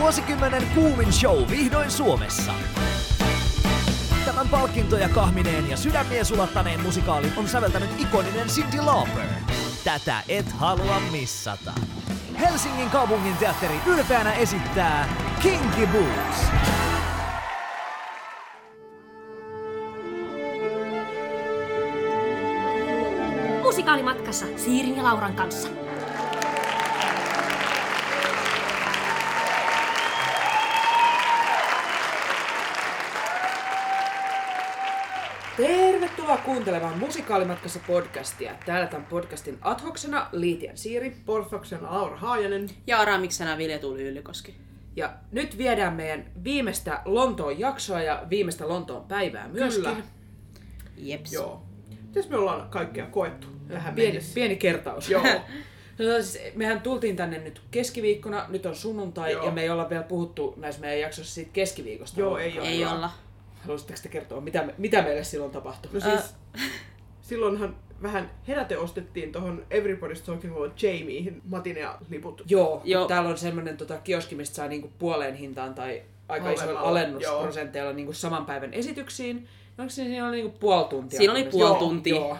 Vuosikymmenen kuumin show vihdoin Suomessa. Tämän palkintoja kahmineen ja sydämiä sulattaneen musikaalin on säveltänyt ikoninen Cindy Lauper. Tätä et halua missata. Helsingin kaupungin teatteri ylpeänä esittää Kinky Boots. Musikaalimatkassa Siirin ja Lauran kanssa. Tervetuloa kuuntelemaan Musikaalimatkassa podcastia. Täällä tämän podcastin adhoksena Liitian Siiri Porfaksena Laura Haajanen. Ja Aramiksena Vilja Tuuli Yllikoski. ja nyt viedään meidän viimeistä Lontoon jaksoa ja viimeistä Lontoon päivää myöskin. Kyllä. Jeps. Joo. Mitäs me ollaan kaikkea koettu tähän Pieni, mennessä? pieni kertaus. Joo. No, siis mehän tultiin tänne nyt keskiviikkona, nyt on sunnuntai Joo. ja me ei olla vielä puhuttu näissä meidän jaksoissa siitä keskiviikosta. Joo, ei ollenkaan. ole. Ei olla. Haluaisitteko te kertoa, mitä, me- mitä meille silloin tapahtui? No siis, silloinhan vähän heräte ostettiin tuohon Everybody's Talking About Jamieihin matinea liput. Joo, Joo. Joo. täällä on semmoinen tota, kioski, mistä saa niinku puoleen hintaan tai aika Halvemmalla, isoilla joo. alennusprosenteilla niinku saman päivän esityksiin. Onko siinä oli niinku puoli tuntia? Siinä oli Joo, puoli tuntia. Joo.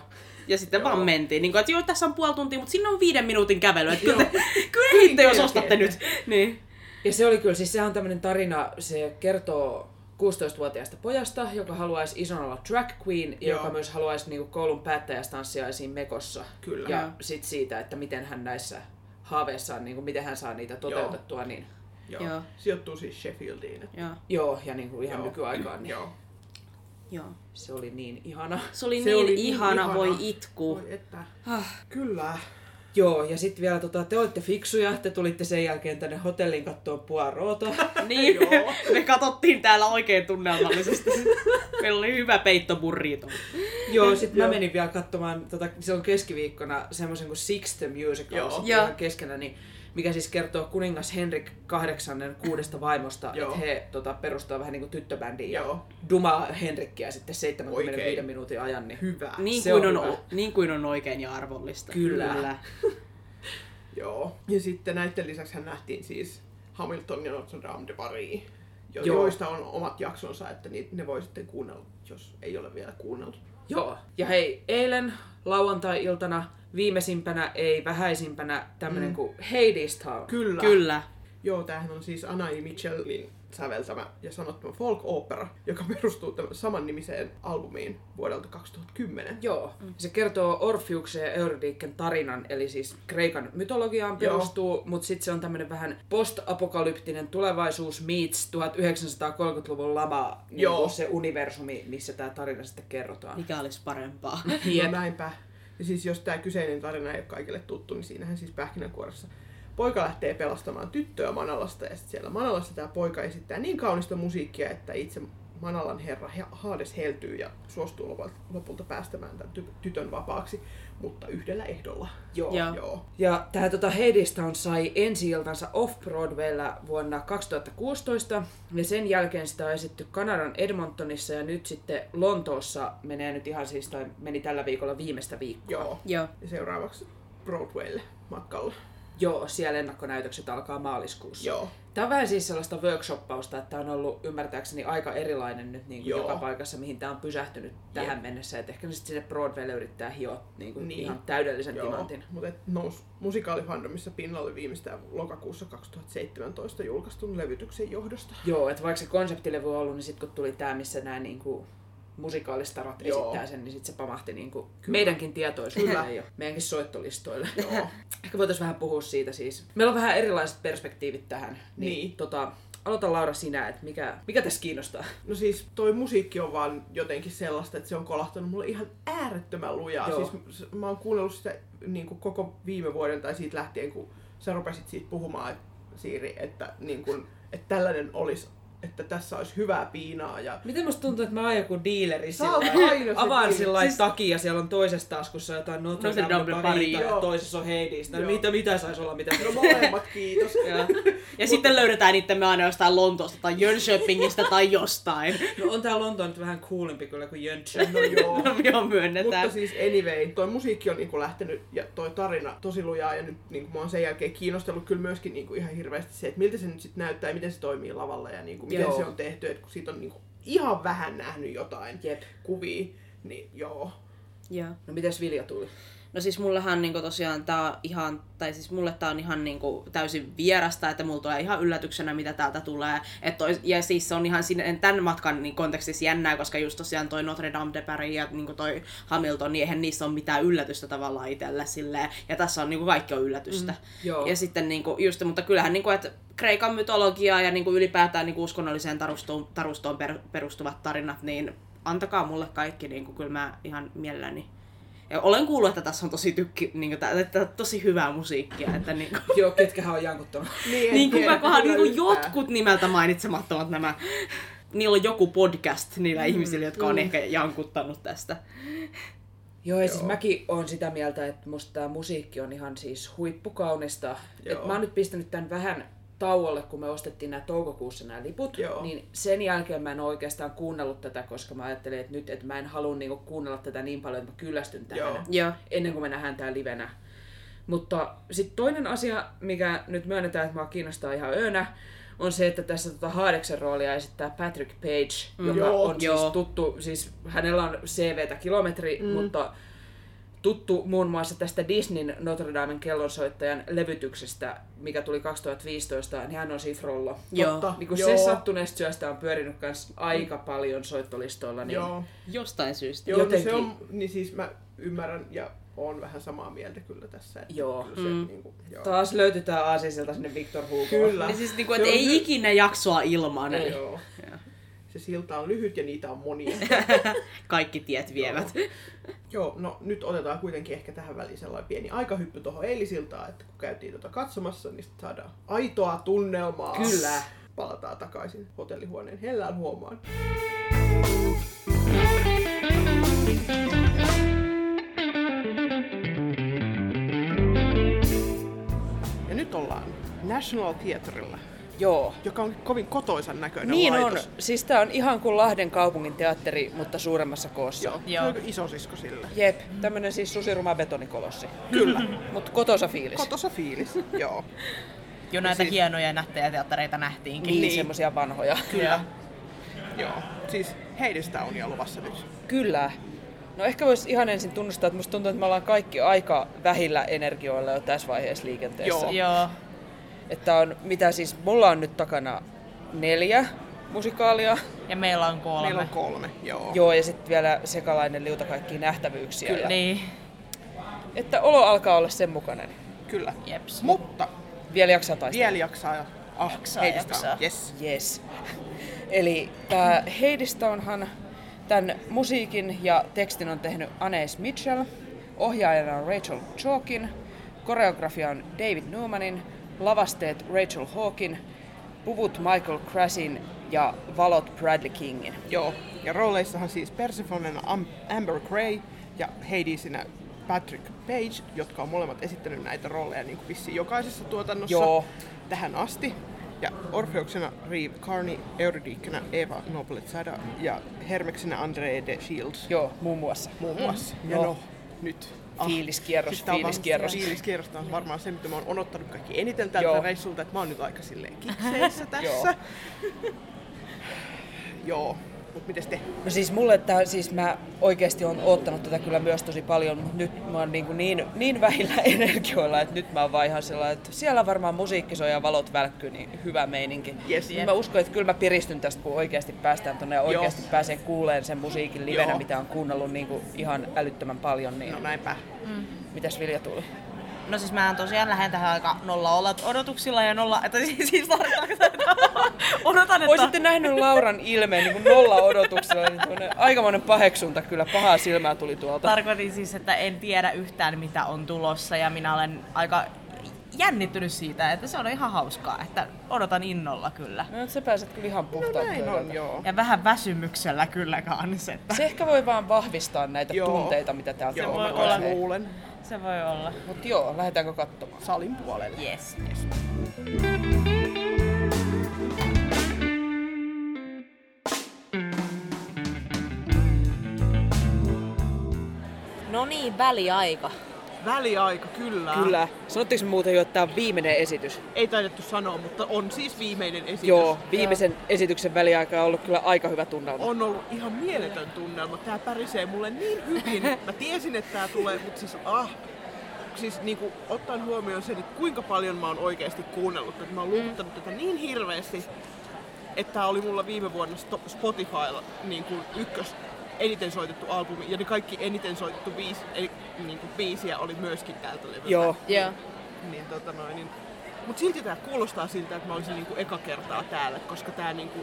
Ja sitten Joo. vaan mentiin. Niin kuin, että joo, tässä on puoli tuntia, mutta sinne on viiden minuutin kävely. Että kyllä, Joo. te, kyllä ehditte, jos kyllä ostatte nyt. Niin. Ja se oli kyllä, siis sehän on tämmöinen tarina, se kertoo 16-vuotiaasta pojasta, joka haluaisi ison olla drag queen, ja Joo. joka myös haluaisi niinku koulun päättäjästanssiaisiin mekossa. Kyllä. Ja Joo. sit siitä, että miten hän näissä haaveissaan, niinku, miten hän saa niitä toteutettua, niin Joo. Joo. Sijoittuu siis Sheffieldiin. Joo. joo, ja niinku ihan Joo. nykyaikaan, niin Joo. Joo. se oli niin ihana. Se oli Se niin oli niin ihana, ihana. voi itku. Ah. Voi että. Kyllä. Joo, ja sitten vielä tota, te olitte fiksuja, te tulitte sen jälkeen tänne hotelliin katsoa Puarota. Niin, Joo. me katsottiin täällä oikein tunnelmallisesti. Meillä oli hyvä peitto burrito. Joo, sitten mä menin vielä katsomaan tota, silloin keskiviikkona semmoisen kuin Six the Musical, Joo. Joo. Joo. ihan keskenä, niin, mikä siis kertoo kuningas Henrik kahdeksannen kuudesta vaimosta, Joo. että he tota, perustaa vähän niin kuin tyttöbändiin ja Joo. dumaa Henrikkiä sitten 75 Oikein. minuutin ajan. Niin. Hyvä. Niin Se on kuin, on, hyvä. o- niin kuin on oikein ja arvollista. Kyllä. Joo. Ja sitten näiden lisäksi hän nähtiin siis Hamilton ja Notre Dame de Paris, jo- Joo. joista on omat jaksonsa, että ni- ne voi sitten kuunnella, jos ei ole vielä kuunneltu. Joo. Ja hei, eilen lauantai-iltana viimeisimpänä, ei vähäisimpänä, tämmöinen mm. kuin Hades Town. Kyllä. Kyllä. Joo, tämähän on siis Anai Mitchellin säveltämä ja sanottama folk opera, joka perustuu tämän saman nimiseen albumiin vuodelta 2010. Joo. Mm. Se kertoo Orfiuksen ja Euridiken tarinan, eli siis Kreikan mytologiaan Joo. perustuu, mutta sitten se on tämmöinen vähän postapokalyptinen tulevaisuus meets 1930-luvun lama, niin Joo. Niin. kuin se universumi, missä tämä tarina sitten kerrotaan. Mikä olisi parempaa? No näinpä. Ja siis jos tämä kyseinen tarina ei ole kaikille tuttu, niin siinähän siis pähkinänkuoressa poika lähtee pelastamaan tyttöä Manalasta ja sitten siellä Manalassa tämä poika esittää niin kaunista musiikkia, että itse Manalan herra He- Haades heltyy ja suostuu lopu- lopulta päästämään tämän ty- tytön vapaaksi, mutta yhdellä ehdolla. Joo. Joo. Joo. Ja tämä tota Hadestown sai ensi iltansa Off-Broadwaylla vuonna 2016. Ja sen jälkeen sitä on esitty Kanadan Edmontonissa ja nyt sitten Lontoossa menee nyt ihan siis, tai meni tällä viikolla viimeistä viikkoa. Joo. Joo. Ja seuraavaksi Broadwaylle matkalla. Joo, siellä ennakkonäytökset alkaa maaliskuussa. Joo. Tämä on vähän siis sellaista workshoppausta, että tämä on ollut ymmärtääkseni aika erilainen nyt niin kuin Joo. joka paikassa, mihin tämä on pysähtynyt tähän mennessä. Et ehkä ne sitten sinne Broadwaylle yrittää hioa niin kuin Niin. ihan täydellisen timantin. mutta et nous musikaalifandomissa pinnalle viimeistään lokakuussa 2017 julkaistun levytyksen johdosta. Joo, että vaikka se konseptilevy on ollut, niin sitten kun tuli tämä, missä nämä niin kuin musikaalistarat Joo. esittää sen, niin sitten se pamahti niin kuin meidänkin tietoisuudelle ja meidänkin soittolistoille. Joo. Ehkä voitaisiin vähän puhua siitä siis. Meillä on vähän erilaiset perspektiivit tähän. Niin. Tota, aloita Laura sinä, että mikä, mikä tässä kiinnostaa? No siis toi musiikki on vaan jotenkin sellaista, että se on kolahtanut mulle ihan äärettömän lujaa. Joo. Siis s- mä oon kuunnellut sitä niin kuin koko viime vuoden tai siitä lähtien, kun sä rupesit siitä puhumaan, et, Siiri, että, niin kuin, että tällainen olisi, että tässä olisi hyvää piinaa ja Miten musta tuntuu, että mä oon joku dealeri Sä oot sillä aina se Avaan dealeri. sillä siis... takia, siellä on toisessa taskussa jotain Notre No se Dame Dame Paris, Paris, ja joo. toisessa on Hades. No Joo. mitä, mitä sais olla, mitä No molemmat, kiitos. ja, Ja sitten löydetään itsemme aina jostain Lontoosta tai Jönköpingistä tai jostain. No on tää Lontoon nyt vähän coolimpi kyllä kuin Jöntsö. No joo. No joo, myönnetään. Mutta siis anyway, toi musiikki on niinku lähtenyt ja toi tarina tosi lujaa ja nyt niinku mä oon sen jälkeen kiinnostellut kyllä myöskin niinku ihan hirveästi se, että miltä se nyt sitten näyttää ja miten se toimii lavalla ja niinku miten Joo. joo. se on tehty, että kun siitä on niinku ihan vähän nähnyt jotain Jep. kuvia, niin joo. Joo. No mitäs Vilja tuli? No siis mullehan niinku tosiaan tää on ihan, tai siis mulle tää on ihan niinku täysin vierasta, että mulla tulee ihan yllätyksenä, mitä täältä tulee. Et toi, ja siis se on ihan sinne, tämän matkan niin kontekstissa jännää, koska just tosiaan toi Notre Dame de Paris ja niinku toi Hamilton, niin eihän niissä ole mitään yllätystä tavallaan itselle silleen. Ja tässä on niinku kaikki on yllätystä. Mm, joo. Ja sitten niinku just, mutta kyllähän niinku, että Kreikan mytologiaa ja niinku ylipäätään niinku uskonnolliseen tarustoon, tarustoon per, perustuvat tarinat, niin antakaa mulle kaikki, niinku kyllä mä ihan mielelläni. Ja olen kuullut, että tässä on tosi, tykki, niinku, tää, tää, tää, on tosi hyvää musiikkia, että niinku, Joo, ketkähän on jankuttanut. Niin, en niin kuin tiedä, kohan kyllä niinku yhtään. jotkut nimeltä mainitsemattomat nämä, niillä on joku podcast Mm. niillä ihmisillä, jotka on ehkä jankuttanut tästä. Joo, ja siis mäkin on sitä mieltä, että musta tämä musiikki on ihan siis huippukaunista. Et Joo. mä oon nyt pistänyt tämän vähän tauolle, kun me ostettiin nämä toukokuussa nämä liput, Joo. niin sen jälkeen mä en oo oikeastaan kuunnellut tätä, koska mä ajattelin, että nyt että mä en halua niinku kuunnella tätä niin paljon, että mä kyllästyn tähän Joo. Joo. ennen kuin me nähdään tää livenä. Mutta sitten toinen asia, mikä nyt myönnetään, että mua kiinnostaa ihan öönä, on se, että tässä tota Haadeksen roolia esittää Patrick Page, mm. joka Joo, on joo. siis tuttu, siis hänellä on CVtä kilometri, mm. mutta tuttu muun muassa tästä Disneyn Notre Damen kellonsoittajan levytyksestä, mikä tuli 2015, niin hän on siis Frollo. Joo. Totta. Niin kun Joo. se sattuneesta syöstä on pyörinyt kans aika paljon soittolistoilla, niin Joo. Jostain syystä. Joo, Jotenkin. Jotenkin. se on, niin siis mä ymmärrän ja oon vähän samaa mieltä kyllä tässä. Että Joo. Kyllä, se, mm. niin kuin, joo. taas löytyi tää aasisilta sinne Victor Hugo. kyllä. Ja siis niinku, Se et on ei hy- ikinä jaksoa ilman. Ei. Joo. Se silta on lyhyt ja niitä on monia. Kaikki tiet vievät. Joo, no nyt otetaan kuitenkin ehkä tähän väliin sellainen pieni aikahyppy tuohon eilisiltaan, että kun käytiin tuota katsomassa, niin sit saadaan aitoa tunnelmaa. Kyllä. Palataan takaisin hotellihuoneen hellään huomaan. Ja nyt ollaan National Theaterilla, Joo. joka on kovin kotoisan näköinen Niin laitos. on. Siis tää on ihan kuin Lahden kaupungin teatteri, mutta suuremmassa koossa. Joo, Joo. Joo. isosisko sille. Jep, tämmönen siis susiruma betonikolossi. Kyllä. Mut kotosa fiilis. Kotosa fiilis, joo. Jo näitä siis... hienoja ja nättejä teattereita nähtiinkin. niin, Niin. semmosia vanhoja. Kyllä. Joo, siis heidistä on jo luvassa nyt. Kyllä. No ehkä voisi ihan ensin tunnustaa, että musta tuntuu, että me ollaan kaikki aika vähillä energioilla jo tässä vaiheessa liikenteessä. Joo. Joo. Että on, mitä siis, mulla on nyt takana neljä musikaalia. Ja meillä on kolme. Meillä on kolme, joo. Joo, ja sitten vielä sekalainen liuta kaikkia nähtävyyksiä. Kyllä. Niin. Että olo alkaa olla sen mukana. Kyllä. Jeps. Mutta Vielä jaksaa taistella. vielä jaksaa ja ah, Jaksaa, heidistä jaksaa. on. Yes. Yes. Eli tämä Heidi Stonehan tämän musiikin ja tekstin on tehnyt Anes Mitchell, ohjaajana on Rachel Chalkin, koreografia on David Newmanin, lavasteet Rachel Hawkin, puvut Michael Krasin ja valot Bradley Kingin. Joo. Ja rooleissahan siis Persephonena Am- Amber Gray ja Heidisinä Patrick Page, jotka on molemmat esittänyt näitä rooleja niin kuin vissiin jokaisessa tuotannossa Joo. tähän asti. Ja Orfeuksena Reeve Carney, Eurydiikkana Eva Noblet Sada ja Hermeksenä Andre de Shields. Joo, muun muassa. Muun muassa. Ja Joo. no, nyt. Fiiliskierros, Siis tää on varmasti- fiiliskierros. Fiiliskierros tää on varmaan se, mitä mä oon odottanut kaikki eniten tältä Joo. reissulta, että mä oon nyt aika silleen kikseissä tässä. Joo. Mut mites te? No siis mulle tää, siis mä oikeasti on oottanut tätä kyllä myös tosi paljon, mutta nyt mä oon niin, niin, niin vähillä energioilla, että nyt mä oon vaan ihan sellainen, että siellä varmaan musiikki soi ja valot välkkyy, niin hyvä meininki. Yes. Niin Mä uskon, että kyllä mä piristyn tästä, kun oikeasti päästään tonne ja oikeasti Joo. pääsee kuuleen sen musiikin livenä, Joo. mitä on kuunnellut niin kuin ihan älyttömän paljon, niin No no. näinpä. mitäs Vilja tuli? No siis mä tosiaan lähden tähän aika nolla olla odotuksilla ja nolla... Että siis, siis tarkoitan, että odotan, että... Olisitte nähnyt Lauran ilmeen niin kuin nolla odotuksella, niin tuonne aikamoinen paheksunta kyllä, pahaa silmää tuli Tota- tuolta. Tarkoitin siis, että en tiedä yhtään mitä on tulossa ja minä olen aika jännittynyt siitä, että se on ihan hauskaa, että odotan innolla kyllä. No nyt sä pääset kyllä ihan puhtaan Näin on, joo. Ja vähän väsymyksellä kyllä kanssa, että Se ehkä voi vaan vahvistaa näitä joo. Joo. tunteita, mitä täältä Joo, voi mä olla. kans luulen. se voi olla. Mutta joo, lähdetäänkö katsomaan? Salin puolelle. Yes. niin, väliaika. Väliaika, kyllä. Kyllä. Sanotteko me muuten jo, että tämä on viimeinen esitys? Ei taidettu sanoa, mutta on siis viimeinen esitys. Joo, viimeisen esityksen väliaika on ollut kyllä aika hyvä tunnelma. On ollut ihan mieletön tunnelma. Tää pärisee mulle niin hyvin. Mä tiesin, että tää tulee, mutta siis ah. Siis niinku, ottaen huomioon sen, että kuinka paljon mä oon oikeasti kuunnellut, että mä oon luovuttanut tätä niin hirveästi, että tää oli mulla viime vuonna Sto- Spotifylla niin kuin ykkös eniten soitettu albumi, ja ne kaikki eniten soitettu viisi, eli, niin kuin biisiä oli myöskin tältä levyltä. Joo. Joo. Niin, tota noin, niin. Mut silti tää kuulostaa siltä, että mä olisin niinku eka kertaa täällä, koska tää niinku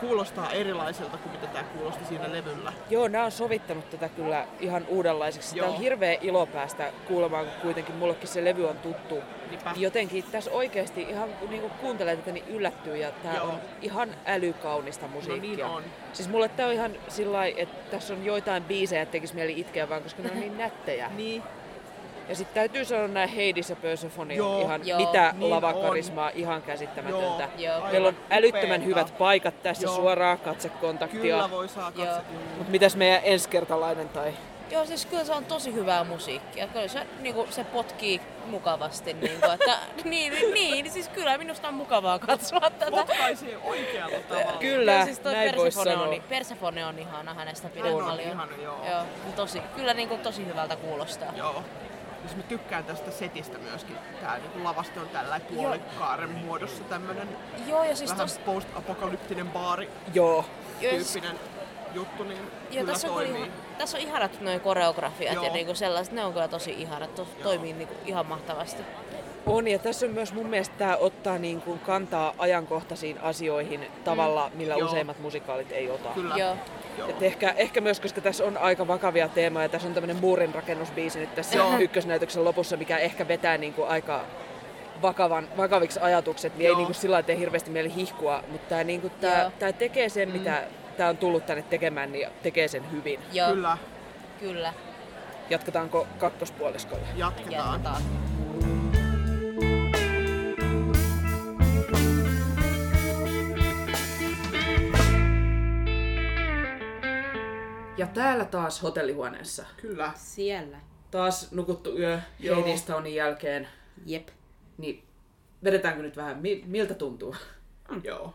kuulostaa erilaiselta kuin mitä tää kuulosti siinä levyllä. Joo, nämä on sovittanut tätä kyllä ihan uudenlaiseksi. Joo. Tämä Joo. on hirveä ilo päästä kuulemaan, kun kuitenkin mullekin se levy on tuttu. Niinpä. Jotenkin tässä oikeasti ihan kun niinku kuuntelee tätä, niin yllättyy ja tämä Joo. No niin on ihan älykaunista musiikkia. on. Siis mulle tämä on ihan sillä lailla, että tässä on joitain biisejä, että tekisi mieli itkeä vaan, koska ne on niin nättejä. Niin, Ja sitten täytyy sanoa nämä Hades ja Persephone on Joo. ihan Joo. mitä Niin lavakarismaa, ihan käsittämätöntä. Joo. aivan Meillä on älyttömän upeeta. hyvät paikat tässä, Joo. suoraa katsekontaktia. Kyllä voi saa Joo. katsoa. Mutta mitäs meidän ensikertalainen tai... Joo, siis kyllä se on tosi hyvää musiikkia. Kyllä se, niinku, se potkii mukavasti. Niinku, että, niin, niin, niin, siis kyllä minusta on mukavaa katsoa tätä. Potkaisee oikealla tavalla. Kyllä, Joo, siis toi näin voisi Persefone sanoa. On, Persefone on ihana, hänestä pidän Hän on paljon. ihana, joo. joo tosi, kyllä niinku, tosi hyvältä kuulostaa. Joo. Siis mä tykkään tästä setistä myöskin. Tää niinku lavaste on tällä puolikkaaren muodossa tämmönen Joo, ja siis vähän tos, post-apokalyptinen baari Joo. joo, ja siis- tyyppinen juttu, niin joo, kyllä tässä, on kyllä, toimii. ihan- tässä on ihanat noin koreografiat ja Joo. niinku sellaiset, ne on kyllä tosi ihanat, to, toimii niinku ihan mahtavasti. On, ja tässä on myös mun mielestä tämä ottaa niin kuin kantaa ajankohtaisiin asioihin tavalla, millä Joo. useimmat musikaalit ei ota. Kyllä. Joo. Joo. Et ehkä, ehkä myös, koska tässä on aika vakavia teemoja, tässä on tämmöinen muurinrakennusbiisi nyt tässä Joo. ykkösnäytöksen lopussa, mikä ehkä vetää niin kuin aika vakavan, vakaviksi ajatukset, niin Joo. ei Joo. niin kuin sillä lailla tee hirveästi mieli hihkua, mutta tämä niin tää, Joo. tää tekee sen, mm. mitä tämä on tullut tänne tekemään, niin tekee sen hyvin. Joo, kyllä. Kyllä, kyllä. Jatketaanko kakkospuoliskolla? jatketaan. Jatketaan. Ja täällä taas hotellihuoneessa. Kyllä. Siellä. Taas nukuttu yö Joo. Heidistownin jälkeen. Jep. Niin vedetäänkö nyt vähän, mi- miltä tuntuu? Joo.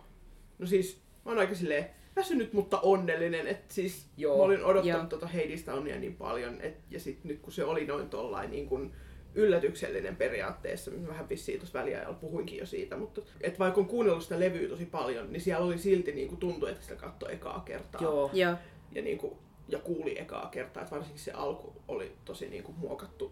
No siis, mä oon aika silleen väsynyt, mutta onnellinen. Et siis, Joo. Joo. mä olin odottanut Joo. tota Heidistownia niin paljon. Et, ja sit nyt kun se oli noin tollain niin kun yllätyksellinen periaatteessa, mä vähän vissiin tuossa väliajalla puhuinkin jo siitä, mutta et vaikka on kuunnellut sitä levyä tosi paljon, niin siellä oli silti niin kuin tuntui, että sitä katsoi ekaa kertaa. Joo. Joo. Ja, niin kuin, ja kuuli ekaa kertaa, että varsinkin se alku oli tosi niin kuin muokattu.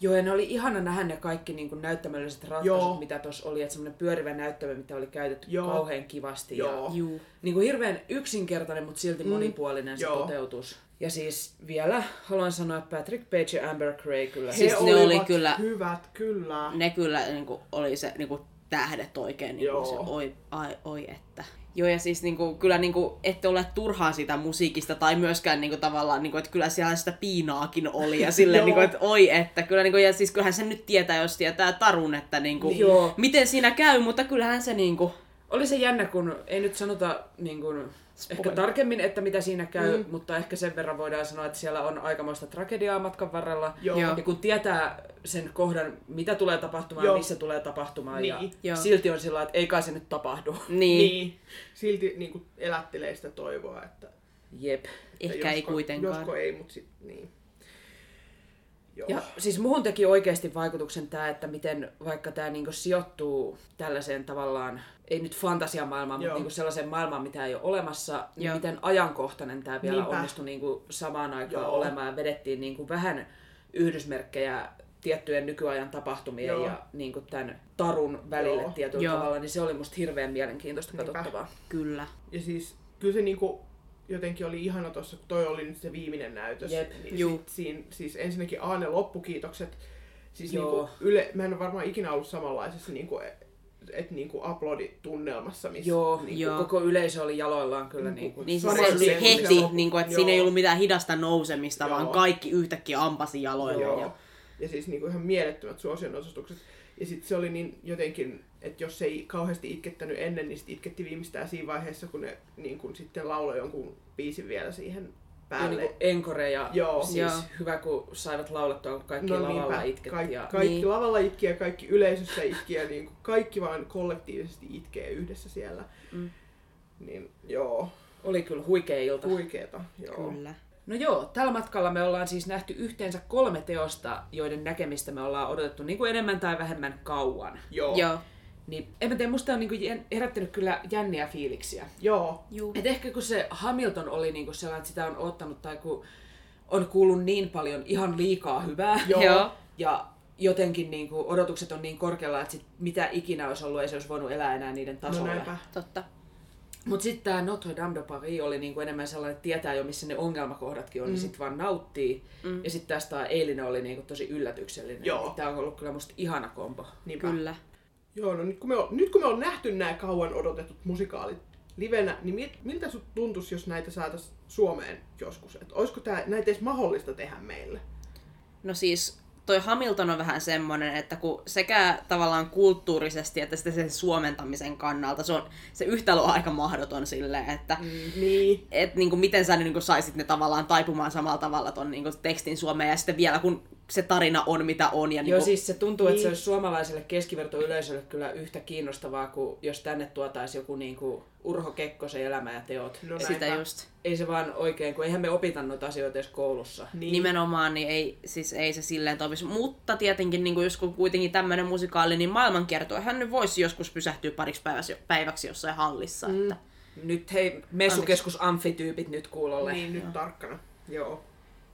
Joo, ja ne oli ihana nähdä ne kaikki niin kuin näyttämälliset ratkaisut, Joo. Joo. mitä tuossa oli. Että semmoinen pyörivä näyttämö, mitä oli käytetty Joo. Joo. kauhean kivasti. Joo. Ja niin kuin hirveän yksinkertainen, mutta silti mm. monipuolinen se Joo. toteutus. Ja siis vielä haluan sanoa, että Patrick Page ja Amber Gray kyllä. Siis He ne oli olivat kyllä- Hyvät, kyllä. Ne kyllä niin kuin, oli se niin kuin, tähdet oikein. Niin kuin, Joo. se, oi, ai, oi että. Joo, ja siis niin kuin, kyllä niin kuin, ette ole turhaa sitä musiikista tai myöskään niin kuin, tavallaan, niin kuin, että kyllä siellä sitä piinaakin oli ja silleen, Joo. niin kuin, että oi että. Kyllä, niin kuin, ja siis kyllähän se nyt tietää, jos tietää tarun, että niin kuin, Joo. miten siinä käy, mutta kyllähän se niin kuin, Oli se jännä, kun ei nyt sanota niin kuin, ehkä tarkemmin, että mitä siinä käy, mm. mutta ehkä sen verran voidaan sanoa, että siellä on aikamoista tragediaa matkan varrella. Joo. Ja kun tietää sen kohdan, mitä tulee tapahtumaan, Joo. Joo. missä tulee tapahtumaan, Niin. ja Joo. silti on sillä lailla, että ei kai se nyt tapahdu. niin, niin. Niin. Silti niin kuin elättelee sitä toivoa, että... että Jep. ehkä ei josko- kuitenkaan. Josko ei, mutta sit niin. Joo. Ja siis muhun teki oikeasti vaikutuksen tämä, että miten vaikka tämä niinku sijoittuu tällaiseen tavallaan, ei nyt fantasiamaailmaan, mutta Joo. niinku sellaiseen maailmaan, mitä ei ole olemassa, niin Joo. miten ajankohtainen tämä vielä Niinpä. Niinpä. onnistui niinku samaan aikaan Joo. olemaan. Ja vedettiin niinku vähän yhdysmerkkejä tiettyjen nykyajan tapahtumien Joo. ja niinku tämän tarun välille Joo. Joo. tietyllä Joo. tavalla, niin se oli musta hirveän mielenkiintoista Niinpä. katsottavaa. Kyllä. ja siis kyllä se niinku jotenkin oli ihana tuossa, kun toi oli nyt se viimeinen näytös. Jep. Niin Juu. sit siinä, siis ensinnäkin A, ne loppukiitokset. Siis Joo. niinku yle, mä en ole varmaan ikinä ollut samanlaisessa niinku, et niinku uploaditunnelmassa, missä Joo, niinku, Joo, Joo. koko yleisö oli jaloillaan kyllä. Niinku, Niin siis se Varmaan oli se- heti, se- niin kuin, että joo. siinä ei ollut mitään hidasta nousemista, vaan Joo. kaikki yhtäkkiä ampasi jaloilla. Joo. Ja- Ja siis niinku ihan mielettömät suosionosastukset. Ja sitten se oli niin jotenkin, että jos ei kauheasti itkettänyt niinku ennen, niin sit itketti viimeistään siinä vaiheessa, kun ne niin kun sitten lauloi jonkun biisin vielä siihen Ja päälle. niinku enkore ja Joo. siis Joo. hyvä kun saivat laulettua, kun kaikki No niinku lavalla niinpä, itkettiin. kaikki, Ja... kaikki Niin. lavalla itki ja kaikki yleisössä itki ja niin kuin kaikki vaan kollektiivisesti itkee yhdessä siellä. Mm. Niin joo, Oli kyllä huikea ilta. huikeeta. Joo. Kyllä. No joo, tällä matkalla me ollaan siis nähty yhteensä kolme teosta, joiden näkemistä me ollaan odotettu niin kuin enemmän tai vähemmän kauan. Joo. Joo. Niin en mä tiedä, musta on niin kuin herättänyt kyllä jänniä fiiliksiä. Joo. Juu. Et ehkä kun se Hamilton oli niin kuin sellainen, että sitä on ottanut tai kun on kuullut niin paljon ihan liikaa hyvää. Joo. Joo. Ja jotenkin niin kuin odotukset on niin korkealla, että sit mitä ikinä olisi ollut, ei se olisi voinut elää enää niiden No tasolla. näinpä. Totta. Mutta sitten tämä Notre Dame de Paris oli niinku enemmän sellainen, että tietää jo missä ne ongelmakohdatkin on, mm. niin sitten vaan nauttii. Mm. Ja sitten taas tämä eilinen oli niinku tosi yllätyksellinen. Joo. Tämä on ollut kyllä musta ihana kombo. Niinpä. Kyllä. Joo, no nyt kun, me on, nyt kun me on nähty nämä kauan odotetut musikaalit livenä, niin mi- miltä sut tuntuisi, jos näitä saataisiin Suomeen joskus? Et olisiko tää, näitä edes mahdollista tehdä meille? No siis toi Hamilton on vähän semmoinen, että kun sekä tavallaan kulttuurisesti että sitten sen suomentamisen kannalta se, on, se yhtälö on aika mahdoton silleen, että mm. Niin. et, niin kuin, miten sä niin kuin, saisit ne tavallaan taipumaan samalla tavalla ton niin kuin, tekstin suomeen ja sitten vielä kun se tarina on mitä on. Ja, Niin niin Joo, kuin, siis se tuntuu, että se Niin. olisi suomalaiselle keskivertoyleisölle kyllä yhtä kiinnostavaa kuin jos tänne tuotaisiin joku niinku Urho Kekkosen elämä ja teot. No Et sitä näinpä. just. Ei se vaan oikein, kun eihän me opita noita asioita edes koulussa. Mm. Niin. Nimenomaan, niin ei, siis ei se silleen toimisi. Mutta tietenkin, niin kuin jos kun kuitenkin tämmöinen musikaali, niin maailmankiertoehän nyt voisi joskus pysähtyä pariksi päiväksi, päiväksi jossain hallissa. Mm. Että. Nyt hei, messukeskus amfityypit nyt kuulolle. Niin, nyt tarkkana. Joo.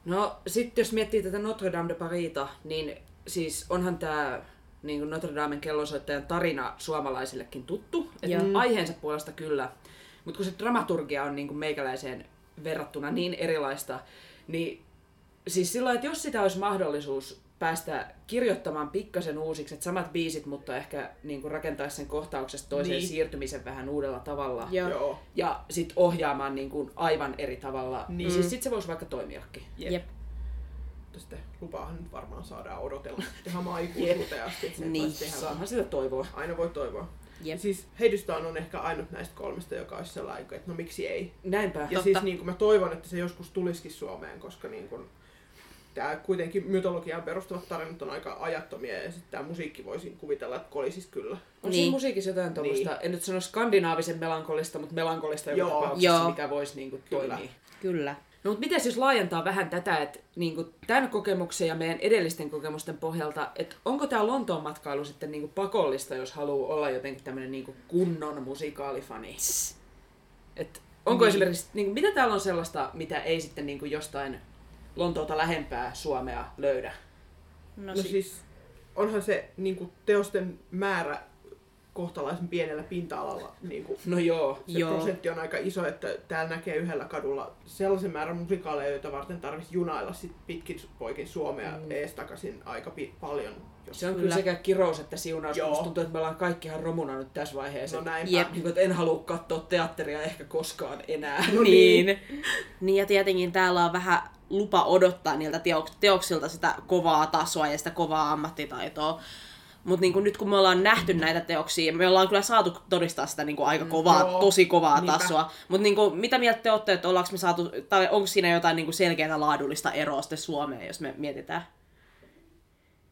No sitten jos miettii tätä Notre Dame de Parita, niin siis onhan tämä niin Notre Damen kellonsoittajan tarina suomalaisillekin tuttu. Et Joo. aiheensa puolesta kyllä. Mutta kun se dramaturgia on niin kuin meikäläiseen verrattuna niin erilaista, niin siis sillä lailla, että jos sitä olisi mahdollisuus päästä kirjoittamaan pikkasen uusiksi, että samat biisit, mutta ehkä niin kuin rakentaisi sen kohtauksesta toiseen Niin. siirtymisen vähän uudella tavalla. Joo. Joo. Ja sitten ohjaamaan niin kuin aivan eri tavalla. Niin. Siis sit se voisi vaikka toimiakin. Jep. Jep. Mutta sitten lupaahan nyt varmaan saadaan odotella sitten hamaa ikuisuuteen asti, että sen Niin. niin. tehdä. Saahan sitä toivoa. Aina voi toivoa. Jep. Siis Heidystaan on ehkä ainut näistä kolmesta, joka olisi sellainen, että no miksi ei. Näinpä. Ja siis niin kuin mä toivon, että se joskus tulisikin Suomeen, koska niin kuin, tää kuitenkin mytologiaan perustuvat tarinat on aika ajattomia ja sitten tämä musiikki voisin kuvitella, että kolisis kyllä. On Niin. siinä musiikissa jotain tuommoista, niin. en nyt sano skandinaavisen melankolista, mutta melankolista joka Joo. tapauksessa, Joo. mikä voisi niinku Kyllä. toimia. Kyllä. No mutta miten siis laajentaa vähän tätä, että niinku tämän kokemuksen ja meidän edellisten kokemusten pohjalta, että onko tämä Lontoon matkailu sitten niinku pakollista, jos haluaa olla jotenkin tämmöinen niinku kunnon musikaalifani? Et onko niin. esimerkiksi, niinku, mitä täällä on sellaista, mitä ei sitten niinku jostain Lontoota lähempää Suomea löydä? No, No si- siis onhan se niin kuin, teosten määrä kohtalaisen pienellä pinta-alalla. Niin kuin, No joo. se Joo. prosentti on aika iso, että täällä näkee yhdellä kadulla sellaisen määrän musikaaleja, joita varten tarvitsisi junailla sit pitkin poikin Suomea mm. ees takaisin aika pi- paljon. Jos... Se on kyllä, Kyllä. sekä kirous että siunaus, kun Joo. musta tuntuu, että me ollaan kaikki ihan romuna nyt tässä vaiheessa. No näinpä. Jep. Niin kuin, että en halua katsoa teatteria ehkä koskaan enää. No niin. Niin ja tietenkin täällä on vähän lupa odottaa niiltä teok- teoksilta sitä kovaa tasoa ja sitä kovaa ammattitaitoa. Mutta niinku nyt kun me ollaan nähty Mm. näitä teoksia, me ollaan kyllä saatu todistaa sitä niinku aika kovaa, joo. tosi kovaa Niinpä. tasoa. Mutta niinku, mitä mieltä te olette, että ollaanko me saatu, tai onko siinä jotain niinku selkeää laadullista eroa sitten Suomeen, jos me mietitään?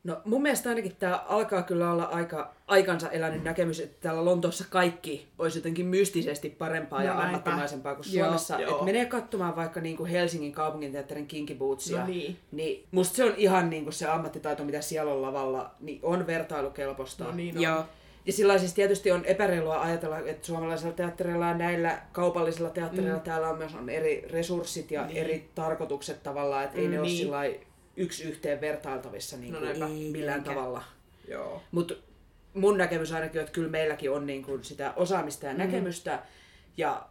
No mun mielestä ainakin tämä alkaa kyllä olla aika aikansa elänyt näkemys, että täällä Lontoossa kaikki olisi jotenkin mystisesti parempaa ja No näinpä. ammattimaisempaa kuin Joo, Suomessa. joo. Et menee katsomaan vaikka niinku Helsingin kaupunginteatterin Kinky Bootsia. No niin. niin musta se on ihan niinku se ammattitaito, mitä siellä on lavalla, niin on vertailukelpoista. No niin on. Joo, Ja sillä siis tietysti on epäreilua ajatella, että suomalaisella teatterilla ja näillä kaupallisilla teattereilla mm. täällä on myös on eri resurssit ja niin. eri tarkoitukset tavallaan, että ei mm, ne niin. ole niin. sillä lailla yksi yhteen vertailtavissa niin No kuin näinpä. millään tavalla. Joo. Mutta mun näkemys ainakin on, että kyllä meilläkin on niin kuin sitä osaamista ja näkemystä. Ja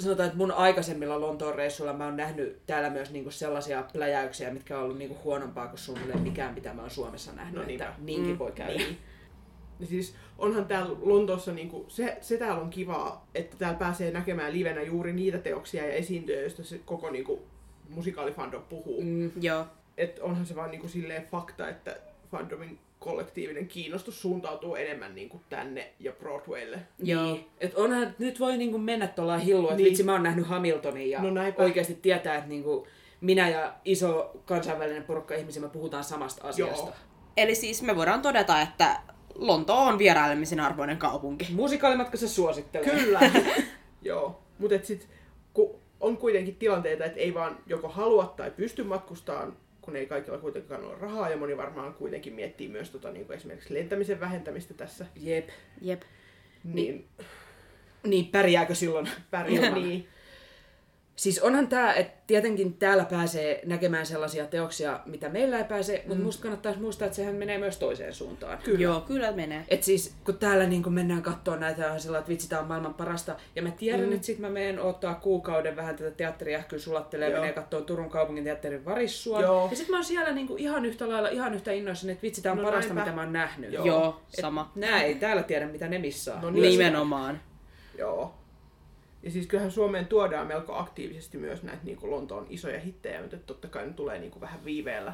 sanotaan, että mun aikaisemmilla Lontoon reissuilla mä oon nähnyt täällä myös niin kuin sellaisia pläjäyksiä, mitkä on ollut niin kuin huonompaa kuin suunnilleen mikään, mitä mä oon Suomessa No nähnyt. No, että niinpä. niinkin mm. voi käydä. Niin. Ja siis onhan täällä Lontoossa, niinku, se, se täällä on kivaa, että täällä pääsee näkemään livenä juuri niitä teoksia ja esiintyjä, joista se koko niinku, musikaalifandom puhuu. Mm. joo, Et onhan se vaan niinku, silleen fakta, että fandomin kollektiivinen kiinnostus suuntautuu enemmän niin kuin tänne ja Broadwaylle. Joo. Niin, Et onhan, nyt voi niinku mennä tuolla hillua, että Niin. vitsi mä oon nähnyt Hamiltonin ja No no näinpä. oikeasti tietää, että niinku minä ja iso kansainvälinen porukka ihmisiä me puhutaan samasta asiasta. Joo. Eli siis me voidaan todeta, että Lonto on vierailemisen arvoinen kaupunki. Musikaalimatkassa suosittelen. Kyllä. Joo. Mutta sitten ku on kuitenkin tilanteita, että ei vaan joko halua tai pysty matkustamaan, kun ei kaikilla kuitenkaan ole rahaa ja moni varmaan kuitenkin miettii myös tota, niin kuin esimerkiksi lentämisen vähentämistä tässä. Jep. Jep. Niin, Niin pärjääkö silloin? pärjää. niin. Siis onhan tämä, että tietenkin täällä pääsee näkemään sellaisia teoksia, mitä meillä ei pääse, mutta Mm. musta kannattaisi muistaa, että sehän menee myös toiseen suuntaan. Kyllä. Joo, kyllä menee. Et siis, kun täällä niin kun mennään katsoa näitä ja on sillä, että vitsi, tää on maailman parasta. Ja mä tiedän, mm. että sit mä menen ottaa kuukauden vähän tätä teatteriähkyä sulattelee, Joo. menee katsoa Turun kaupungin teatterin varissua. Joo. Ja sit mä oon siellä niin ihan yhtä lailla, ihan yhtä innoissani, että vitsi, tää on No no, parasta, näinpä. mitä mä oon nähnyt. Joo. Joo, sama. Nää ei täällä tiedä, mitä ne missaa. No niin. Nimenomaan. Joo. Ja siis kyllähän Suomeen tuodaan melko aktiivisesti myös näitä niin kuin Lontoon isoja hittejä, mutta totta kai ne tulee niin kuin vähän viiveellä.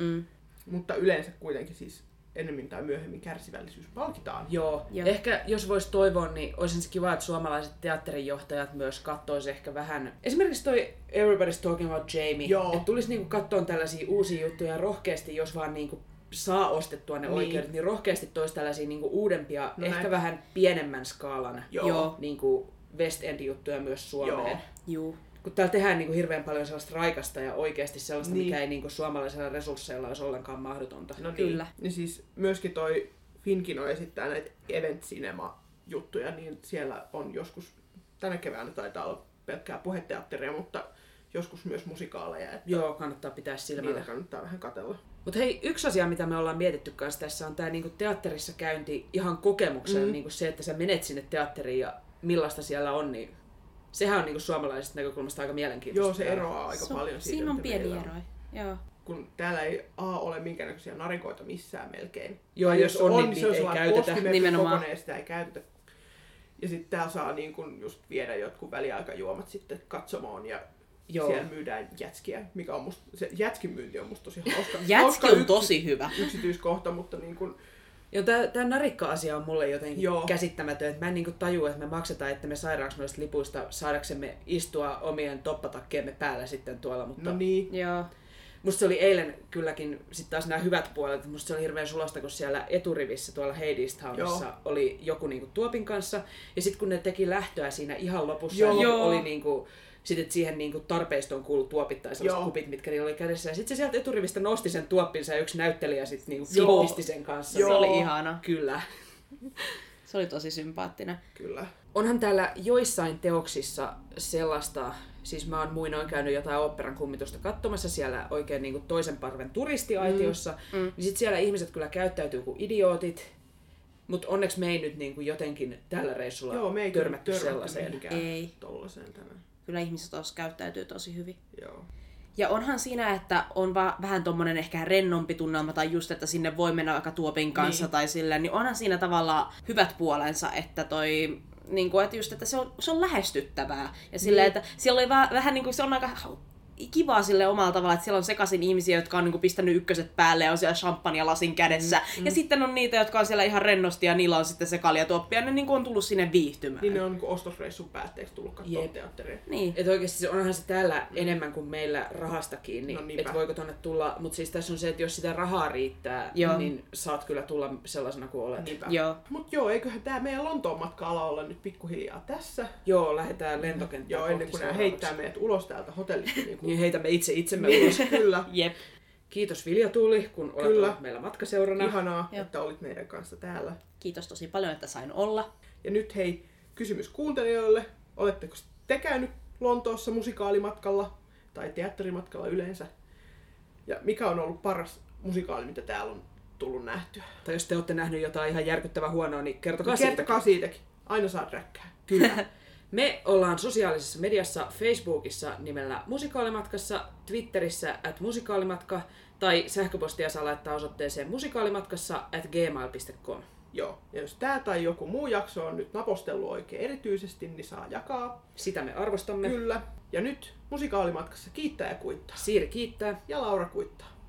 Mm. Mutta yleensä kuitenkin siis ennemmin tai myöhemmin kärsivällisyys palkitaan. Joo. Joo. Joo. Ehkä jos voisi toivoa, niin olisi se kiva, että suomalaiset teatterijohtajat myös kattoisi ehkä vähän. Esimerkiksi toi Everybody's Talking About Jamie. Joo. Että tulisi niinku kattoon tällaisia uusia juttuja rohkeasti, jos vaan niinku saa ostettua ne Niin. niin. oikeudet, niin rohkeasti toisi tällaisia niinku uudempia, No no ehkä näin. vähän pienemmän skaalan Joo. Joo. niinku West End-juttuja myös Suomeen. Joo. Joo. Juu. Kun täällä tehdään niinku hirveän paljon sellaista raikasta ja oikeasti sellaista, Niin. niin. mikä ei niinku suomalaisilla resursseilla olisi ollenkaan mahdotonta. No niin. Kyllä. Niin siis myöskin toi Finkino esittää näitä event cinema juttuja, niin siellä on joskus, tänä keväänä taitaa olla pelkkää puheteatteria, mutta joskus myös musikaaleja, että Joo, kannattaa pitää silmällä. niitä kannattaa vähän katella. Mutta hei, yksi asia, mitä me ollaan mietitty kanssa tässä, on tämä niinku teatterissa käynti ihan kokemuksena. Mm. Niinku se, että sä menet sinne teatteriin ja millaista siellä on, niin sehän on niinku suomalaisesta näkökulmasta aika mielenkiintoista. Joo, se eroaa aika Se- paljon siitä, Siinä on mitä pieni meillä on. ero. Joo. Kun täällä ei A ole minkäännäköisiä narikoita missään melkein. Joo, Tai jos on, niin se niitä on ei sellainen käytetä. postimerkki Nimenomaan. kokonaan, ja sitä ei käytetä. Ja sitten tää saa niin kun just viedä jotkut väliaikajuomat sitten katsomoon ja Joo. Joo. siellä myydään jätskiä, mikä on musta, se jätskin myynti on musta tosi hauska. hauska Jätski on yksi- tosi hyvä. yksityiskohta, mutta niin No kun, Joo, tää, tää narikka-asia on mulle jotenkin Joo. Joo. käsittämätön, että mä en niinku tajua, että me maksetaan, että me sairaaks noista lipuista saadaksemme istua omien toppatakkeemme päällä sitten tuolla, mutta no niin, Joo. Musta se oli eilen kylläkin sitten taas nämä hyvät puolet. Musta se oli hirveän sulosta, kun siellä eturivissä tuolla Hadestownissa Joo. oli joku niinku Tuopin kanssa. Ja sitten kun ne teki lähtöä siinä ihan lopussa, Joo. niin Joo. oli niinku, sit, et siihen niinku tarpeistoon kuulu tuopit tai sellaiset Joo. kupit, mitkä niillä oli kädessä. Ja sitten se sieltä eturivistä nosti sen tuoppinsa ja yksi näyttelijä sitten niinku Joo. fittisti sen kanssa. Se oli ihana. Kyllä. Se oli tosi sympaattinen. kyllä. Onhan täällä joissain teoksissa sellaista, siis mä oon muinoin käynyt jotain oopperan kummitusta katsomassa siellä oikein niin kuin toisen parven turistiaitiossa, mm. Mm. niin sit siellä ihmiset kyllä käyttäytyy kuin idiootit, mutta onneksi me ei nyt niin kuin jotenkin tällä reissulla Joo, me ei kyllä törmätty, sellaiseen. mihinkään Ei. Tollaseen tänään. Kyllä ihmiset tuossa käyttäytyy tosi hyvin. Joo. Ja onhan siinä, että on va- vähän tommonen ehkä rennompi tunnelma tai just, että sinne voi mennä aika tuopin kanssa niin. tai silleen, niin onhan siinä tavallaan hyvät puolensa, että toi niin kuin, että just, että se on, se on lähestyttävää. Ja silleen, niin. että siellä oli vähän, vähän niin kuin, se on aika hau- kivaa sille omalla tavalla, että siellä on sekaisin ihmisiä, jotka on niin kuin, pistänyt ykköset päälle ja on siellä champagne lasin kädessä. Mm. Ja sitten on niitä, jotka on siellä ihan rennosti ja niillä on sitten se kaljatuoppi ja ne niin kuin, on tullut sinne viihtymään. Niin ne on niin kun ostosreissun päätteeksi tullut katsomaan Jep. teatteria. niin. Et oikeasti se onhan se täällä enemmän kuin meillä rahasta kiinni, No no niinpä. että voiko tonne tulla, mutta siis tässä on se, että jos sitä rahaa riittää, Joo. Joo. niin saat kyllä tulla sellaisena kuin olet. Niinpä. Joo. Mut joo, eiköhän tää meidän Lontoon matka ala olla nyt pikkuhiljaa tässä. Joo, lähdetään lentokenttään Joo, kohti ennen kuin nämä seuraavaksi. heittää meidät ulos täältä hotellista. Niin kuin, Niin heitämme itse itsemme ulos. kyllä. Jep. Kiitos Vilja Tuuli, kun olet Kyllä. Kyllä. ollut meillä matkaseurana. Ihanaa, Joo. että olit meidän kanssa täällä. Kiitos tosi paljon, että sain olla. Ja nyt hei, kysymys kuuntelijoille. Oletteko te käynyt Lontoossa musikaalimatkalla tai teatterimatkalla yleensä? Ja mikä on ollut paras musikaali, mitä täällä on tullut nähtyä? Tai jos te olette nähnyt jotain ihan järkyttävän huonoa, niin kertokaa Kertokaa siitäkin. siitäkin. Aina saa räkkää. Kyllä. Me ollaan sosiaalisessa mediassa Facebookissa nimellä Musikaalimatkassa, Twitterissä at musikaalimatka tai sähköpostia saa laittaa osoitteeseen musikaalimatkassa at gmail.com. Joo. Ja jos tää tai joku muu jakso on nyt napostellut oikein erityisesti, niin saa jakaa. Sitä me arvostamme. Kyllä. Ja nyt musikaalimatkassa kiittää ja kuittaa. Siiri kiittää. Ja Laura kuittaa.